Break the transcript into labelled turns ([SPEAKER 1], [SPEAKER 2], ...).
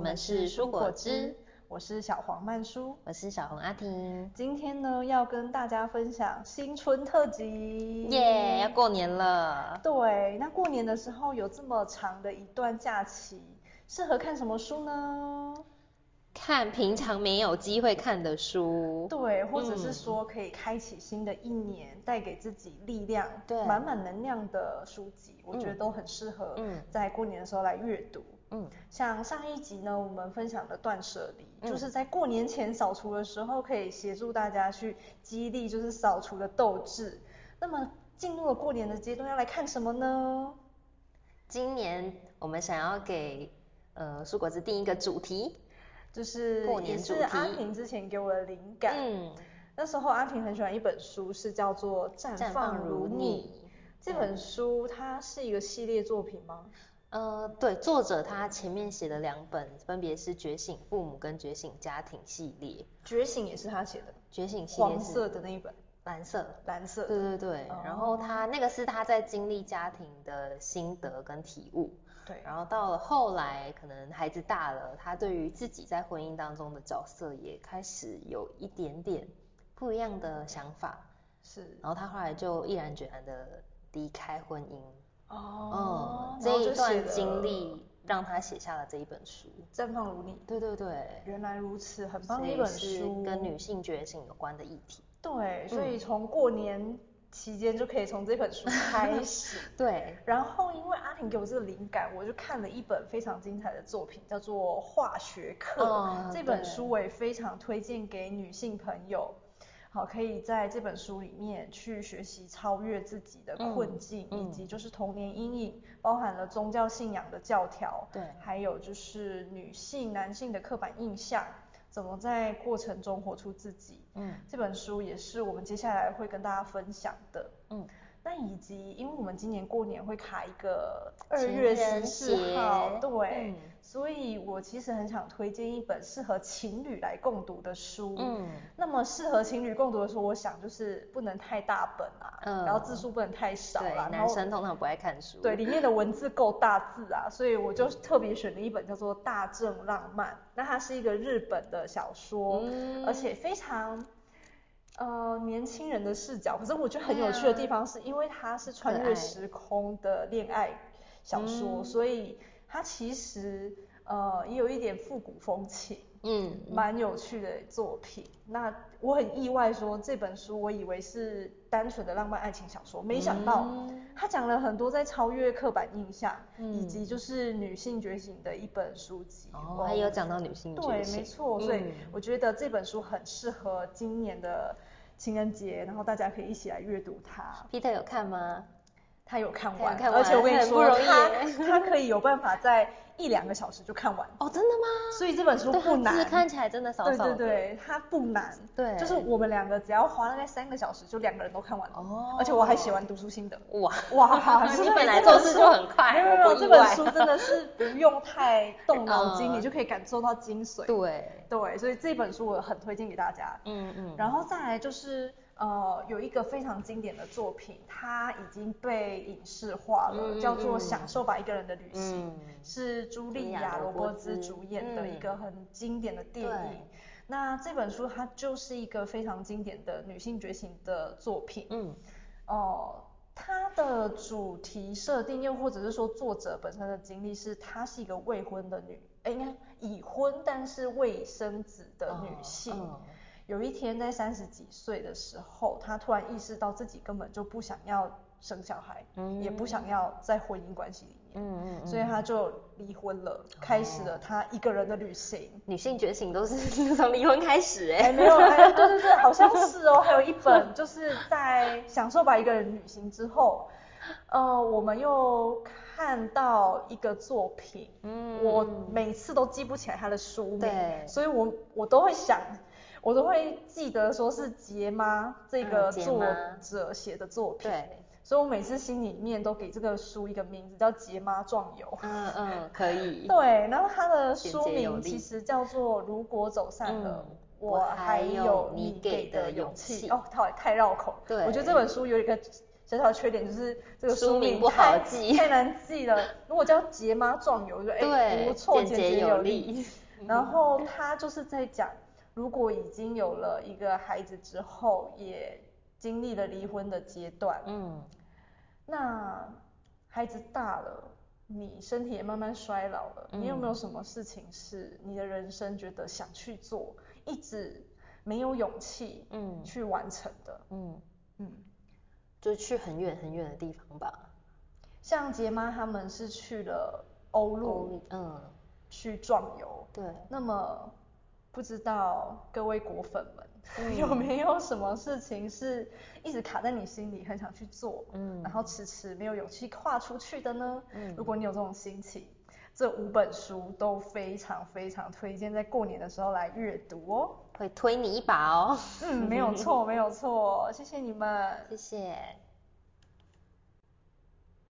[SPEAKER 1] 们是蔬果汁，
[SPEAKER 2] 我是小黄曼舒。
[SPEAKER 1] 我是小红阿婷。
[SPEAKER 2] 今天呢，要跟大家分享新春特辑，
[SPEAKER 1] 耶、要过年了。
[SPEAKER 2] 对，那过年的时候有这么长的一段假期，适合看什么书呢？
[SPEAKER 1] 看平常没有机会看的书，
[SPEAKER 2] 对，或者
[SPEAKER 1] 嗯
[SPEAKER 2] 是说可以开启新的一年，带给自己力量，
[SPEAKER 1] 对
[SPEAKER 2] 满满能量的书籍，我觉得都很适合
[SPEAKER 1] 嗯
[SPEAKER 2] 在过年的时候来阅读。
[SPEAKER 1] 嗯，
[SPEAKER 2] 像上一集呢，我们分享的断舍离，
[SPEAKER 1] 嗯
[SPEAKER 2] 就是在过年前扫除的时候，可以协助大家去激励，就是扫除的斗志。那么进入了过年的阶段，要来看什么呢？
[SPEAKER 1] 今年我们想要给呃蔬果汁定一个主题，
[SPEAKER 2] 就是
[SPEAKER 1] 过
[SPEAKER 2] 也
[SPEAKER 1] 年
[SPEAKER 2] 是
[SPEAKER 1] 主题
[SPEAKER 2] 阿婷之前给我的灵感。
[SPEAKER 1] 嗯，
[SPEAKER 2] 那时候阿婷很喜欢一本书，是叫做《绽
[SPEAKER 1] 绽
[SPEAKER 2] 放
[SPEAKER 1] 放
[SPEAKER 2] 如
[SPEAKER 1] 如
[SPEAKER 2] 你》。
[SPEAKER 1] 你。嗯
[SPEAKER 2] 这本书它是一个系列作品吗？
[SPEAKER 1] 呃，对，作者他前面写的两本分别是《觉醒父母》跟《觉醒家庭》系列，《
[SPEAKER 2] 觉醒也是他写的，
[SPEAKER 1] 觉醒》嗯系列
[SPEAKER 2] 黄
[SPEAKER 1] 是
[SPEAKER 2] 色的那一本，
[SPEAKER 1] 蓝色，
[SPEAKER 2] 蓝色
[SPEAKER 1] 对
[SPEAKER 2] 的。
[SPEAKER 1] 对对，
[SPEAKER 2] 哦
[SPEAKER 1] 然后他那个是他在经历家庭的心得跟体悟，
[SPEAKER 2] 对，
[SPEAKER 1] 然后到了后来，可能孩子大了，他对于自己在婚姻当中的角色也开始有一点点不一样的想法，
[SPEAKER 2] 是
[SPEAKER 1] 然后他后来就毅然决然的离开婚姻，
[SPEAKER 2] 哦
[SPEAKER 1] 嗯，，
[SPEAKER 2] 然后
[SPEAKER 1] 这
[SPEAKER 2] 就写
[SPEAKER 1] 一段
[SPEAKER 2] 了
[SPEAKER 1] 经历让他写下了这一本书，
[SPEAKER 2] 绽放如你。
[SPEAKER 1] 对对对，
[SPEAKER 2] 原来如此，很棒
[SPEAKER 1] 所
[SPEAKER 2] 的一
[SPEAKER 1] 以
[SPEAKER 2] 啊本
[SPEAKER 1] 是
[SPEAKER 2] 书。
[SPEAKER 1] 跟女性觉醒有关的议题，
[SPEAKER 2] 对，所以
[SPEAKER 1] 嗯
[SPEAKER 2] 从过年期间就可以从这本书开 始。
[SPEAKER 1] 对，
[SPEAKER 2] 然后因为阿婷给我这个灵感，我就看了一本非常精彩的作品，叫做《化学课》。
[SPEAKER 1] 哦
[SPEAKER 2] 这本
[SPEAKER 1] 对
[SPEAKER 2] 书我也非常推荐给女性朋友。好，可以在这本书里面去学习超越自己的困境，
[SPEAKER 1] 嗯
[SPEAKER 2] 以及就是童年阴影，包含了宗教信仰的教条，
[SPEAKER 1] 对
[SPEAKER 2] 还有就是女性、男性的刻板印象，怎么在过程中活出自己。
[SPEAKER 1] 嗯
[SPEAKER 2] 这本书也是我们接下来会跟大家分享的。
[SPEAKER 1] 嗯，
[SPEAKER 2] 那以及，因为我们今年过年会卡一个二
[SPEAKER 1] 情
[SPEAKER 2] 月十
[SPEAKER 1] 人
[SPEAKER 2] 四号，
[SPEAKER 1] 节
[SPEAKER 2] 对，
[SPEAKER 1] 嗯
[SPEAKER 2] 所以我其实很想推荐一本适合情侣来共读的书。
[SPEAKER 1] 嗯，
[SPEAKER 2] 那么适合情侣共读的书，我想就是不能太大本啊，
[SPEAKER 1] 嗯
[SPEAKER 2] 然后字数不能太少
[SPEAKER 1] 对
[SPEAKER 2] 啦，，然
[SPEAKER 1] 男
[SPEAKER 2] 后
[SPEAKER 1] 生通常不爱看书，
[SPEAKER 2] 对，里面的文字够大字啊，所以我就特别选了一本叫做《大正浪漫》，那它是一个日本的小说，
[SPEAKER 1] 嗯
[SPEAKER 2] 而且非常。呃，年轻人的视角，可是我觉得很有趣的地方是，因为它是穿
[SPEAKER 1] 可
[SPEAKER 2] 越
[SPEAKER 1] 爱
[SPEAKER 2] 时空的恋爱小说，
[SPEAKER 1] 嗯
[SPEAKER 2] 所以它其实呃也有一点复古风情，
[SPEAKER 1] 嗯，
[SPEAKER 2] 蛮有趣的作品。那我很意外说这本书，我以为是单纯的浪漫爱情小说，没想到
[SPEAKER 1] 嗯
[SPEAKER 2] 他讲了很多在超越刻板印象，
[SPEAKER 1] 嗯
[SPEAKER 2] 以及就是女性觉醒的一本书籍。
[SPEAKER 1] 哦，还有讲到女性觉
[SPEAKER 2] 对，
[SPEAKER 1] 醒
[SPEAKER 2] 没错，所以
[SPEAKER 1] 嗯
[SPEAKER 2] 我觉得这本书很适合今年的情人节，然后大家可以一起来阅读它。
[SPEAKER 1] Peter 有看吗？
[SPEAKER 2] 他有看
[SPEAKER 1] 他有
[SPEAKER 2] 完，
[SPEAKER 1] 看
[SPEAKER 2] 而且我
[SPEAKER 1] 完
[SPEAKER 2] 跟你
[SPEAKER 1] 很不
[SPEAKER 2] 说，
[SPEAKER 1] 容易
[SPEAKER 2] 他
[SPEAKER 1] 耶
[SPEAKER 2] 他可以有办法在一两个小时就看完，
[SPEAKER 1] 哦，真的吗？
[SPEAKER 2] 所以这本书
[SPEAKER 1] 对，
[SPEAKER 2] 不
[SPEAKER 1] 它
[SPEAKER 2] 难。
[SPEAKER 1] 字看起来真的少
[SPEAKER 2] 对
[SPEAKER 1] 少
[SPEAKER 2] 对
[SPEAKER 1] 的。
[SPEAKER 2] 对，它不难，
[SPEAKER 1] 对
[SPEAKER 2] 就是我们两个只要花大概三个小时，就两个人都看完了。
[SPEAKER 1] 哦
[SPEAKER 2] 而且我还写完读书心得。
[SPEAKER 1] 哇
[SPEAKER 2] 哇，是不
[SPEAKER 1] 你
[SPEAKER 2] 是
[SPEAKER 1] 本来
[SPEAKER 2] 这本
[SPEAKER 1] 做事
[SPEAKER 2] 书
[SPEAKER 1] 就很快
[SPEAKER 2] 没有没
[SPEAKER 1] 我
[SPEAKER 2] 有，
[SPEAKER 1] 不
[SPEAKER 2] 这
[SPEAKER 1] 意
[SPEAKER 2] 本
[SPEAKER 1] 外
[SPEAKER 2] 书真的是不用太动脑筋，
[SPEAKER 1] 嗯
[SPEAKER 2] 你就可以感受到精髓。
[SPEAKER 1] 对
[SPEAKER 2] 对，所以这本书我很推荐给大家。
[SPEAKER 1] 嗯嗯，
[SPEAKER 2] 然后再来就是呃，有一个非常经典的作品，它已经被影视化了，
[SPEAKER 1] 嗯嗯
[SPEAKER 2] 叫做《
[SPEAKER 1] 嗯
[SPEAKER 2] 享受吧一个人的旅行》，
[SPEAKER 1] 嗯
[SPEAKER 2] 是茱莉
[SPEAKER 1] 茱莉
[SPEAKER 2] 亚
[SPEAKER 1] 亚
[SPEAKER 2] ·罗
[SPEAKER 1] 罗
[SPEAKER 2] 伯
[SPEAKER 1] 伯
[SPEAKER 2] 兹
[SPEAKER 1] 兹
[SPEAKER 2] 主演的一
[SPEAKER 1] 嗯
[SPEAKER 2] 个很经典的电
[SPEAKER 1] 对
[SPEAKER 2] 影。那这本书它就是一个非常经典的女性觉醒的作品。
[SPEAKER 1] 嗯
[SPEAKER 2] 哦，它的主题设定，又或者是说作者本身的经历是，她是一个未婚的女，哎，应该已婚但是未生子的女性。
[SPEAKER 1] 嗯
[SPEAKER 2] 有一天在三十几岁的时候，她突然意识到自己根本就不想要生小孩，
[SPEAKER 1] 嗯
[SPEAKER 2] 也不想要在婚姻关系里面，
[SPEAKER 1] 嗯嗯嗯，
[SPEAKER 2] 所以她就离婚了，开始了她一个人的旅行。
[SPEAKER 1] 女性觉醒都是 从离婚开始
[SPEAKER 2] 哎，
[SPEAKER 1] 哎。
[SPEAKER 2] 没有，哎，对对对，好像是哦。还有一 本就是在享受吧一个人旅行之后，呃，我们又看到一个作品，
[SPEAKER 1] 嗯
[SPEAKER 2] 我每次都记不起来它的书名
[SPEAKER 1] 对，
[SPEAKER 2] 所以我我都会想，我都会记得说是杰妈这个
[SPEAKER 1] 嗯杰
[SPEAKER 2] 作
[SPEAKER 1] 妈
[SPEAKER 2] 者写的作品，
[SPEAKER 1] 对，
[SPEAKER 2] 所以我每次心里面都给这个书一个名字叫《杰妈壮游》。
[SPEAKER 1] 嗯嗯，可以。
[SPEAKER 2] 对，然后它的
[SPEAKER 1] 简
[SPEAKER 2] 书
[SPEAKER 1] 洁有
[SPEAKER 2] 名
[SPEAKER 1] 力
[SPEAKER 2] 其实叫做《如果走散了》。
[SPEAKER 1] 嗯
[SPEAKER 2] 我
[SPEAKER 1] 我
[SPEAKER 2] 还
[SPEAKER 1] 还
[SPEAKER 2] 有
[SPEAKER 1] 有
[SPEAKER 2] 你
[SPEAKER 1] 你
[SPEAKER 2] 给
[SPEAKER 1] 给的
[SPEAKER 2] 的勇
[SPEAKER 1] 勇
[SPEAKER 2] 气
[SPEAKER 1] 气
[SPEAKER 2] 哦，太太绕口。
[SPEAKER 1] 对
[SPEAKER 2] 我觉得这本书有一个小小的缺点就是这个
[SPEAKER 1] 书
[SPEAKER 2] 书
[SPEAKER 1] 名
[SPEAKER 2] 名
[SPEAKER 1] 不好
[SPEAKER 2] 太
[SPEAKER 1] 记
[SPEAKER 2] 太难记 了。如果叫解码壮游，就哎
[SPEAKER 1] 对
[SPEAKER 2] 不错，
[SPEAKER 1] 简
[SPEAKER 2] 简
[SPEAKER 1] 洁
[SPEAKER 2] 洁
[SPEAKER 1] 有
[SPEAKER 2] 有
[SPEAKER 1] 力
[SPEAKER 2] 力。 然后他就是在讲，如果已经有了一个孩子之后，也经历了离婚的阶段，
[SPEAKER 1] 嗯，
[SPEAKER 2] 那孩子大了，你身体也慢慢衰老了，你有没有什么事情是你的人生觉得想去做，一直没有勇气
[SPEAKER 1] 嗯
[SPEAKER 2] 去完成的？
[SPEAKER 1] 嗯，
[SPEAKER 2] 嗯，
[SPEAKER 1] 就去很远很远的地方吧。
[SPEAKER 2] 像杰妈他们是去了欧陆
[SPEAKER 1] 嗯，
[SPEAKER 2] 去壮游，
[SPEAKER 1] 对，
[SPEAKER 2] 那么不知道各位果粉们、
[SPEAKER 1] 嗯
[SPEAKER 2] 有没有什么事情是一直卡在你心里，很想去做，
[SPEAKER 1] 嗯
[SPEAKER 2] 然后迟迟没有勇气跨出去的呢？
[SPEAKER 1] 嗯
[SPEAKER 2] 如果你有这种心情，这五本书都非常非常推荐在过年的时候来阅读哦。
[SPEAKER 1] 会推你一把哦。
[SPEAKER 2] 嗯，没有错，没有错，谢谢你们。
[SPEAKER 1] 谢谢。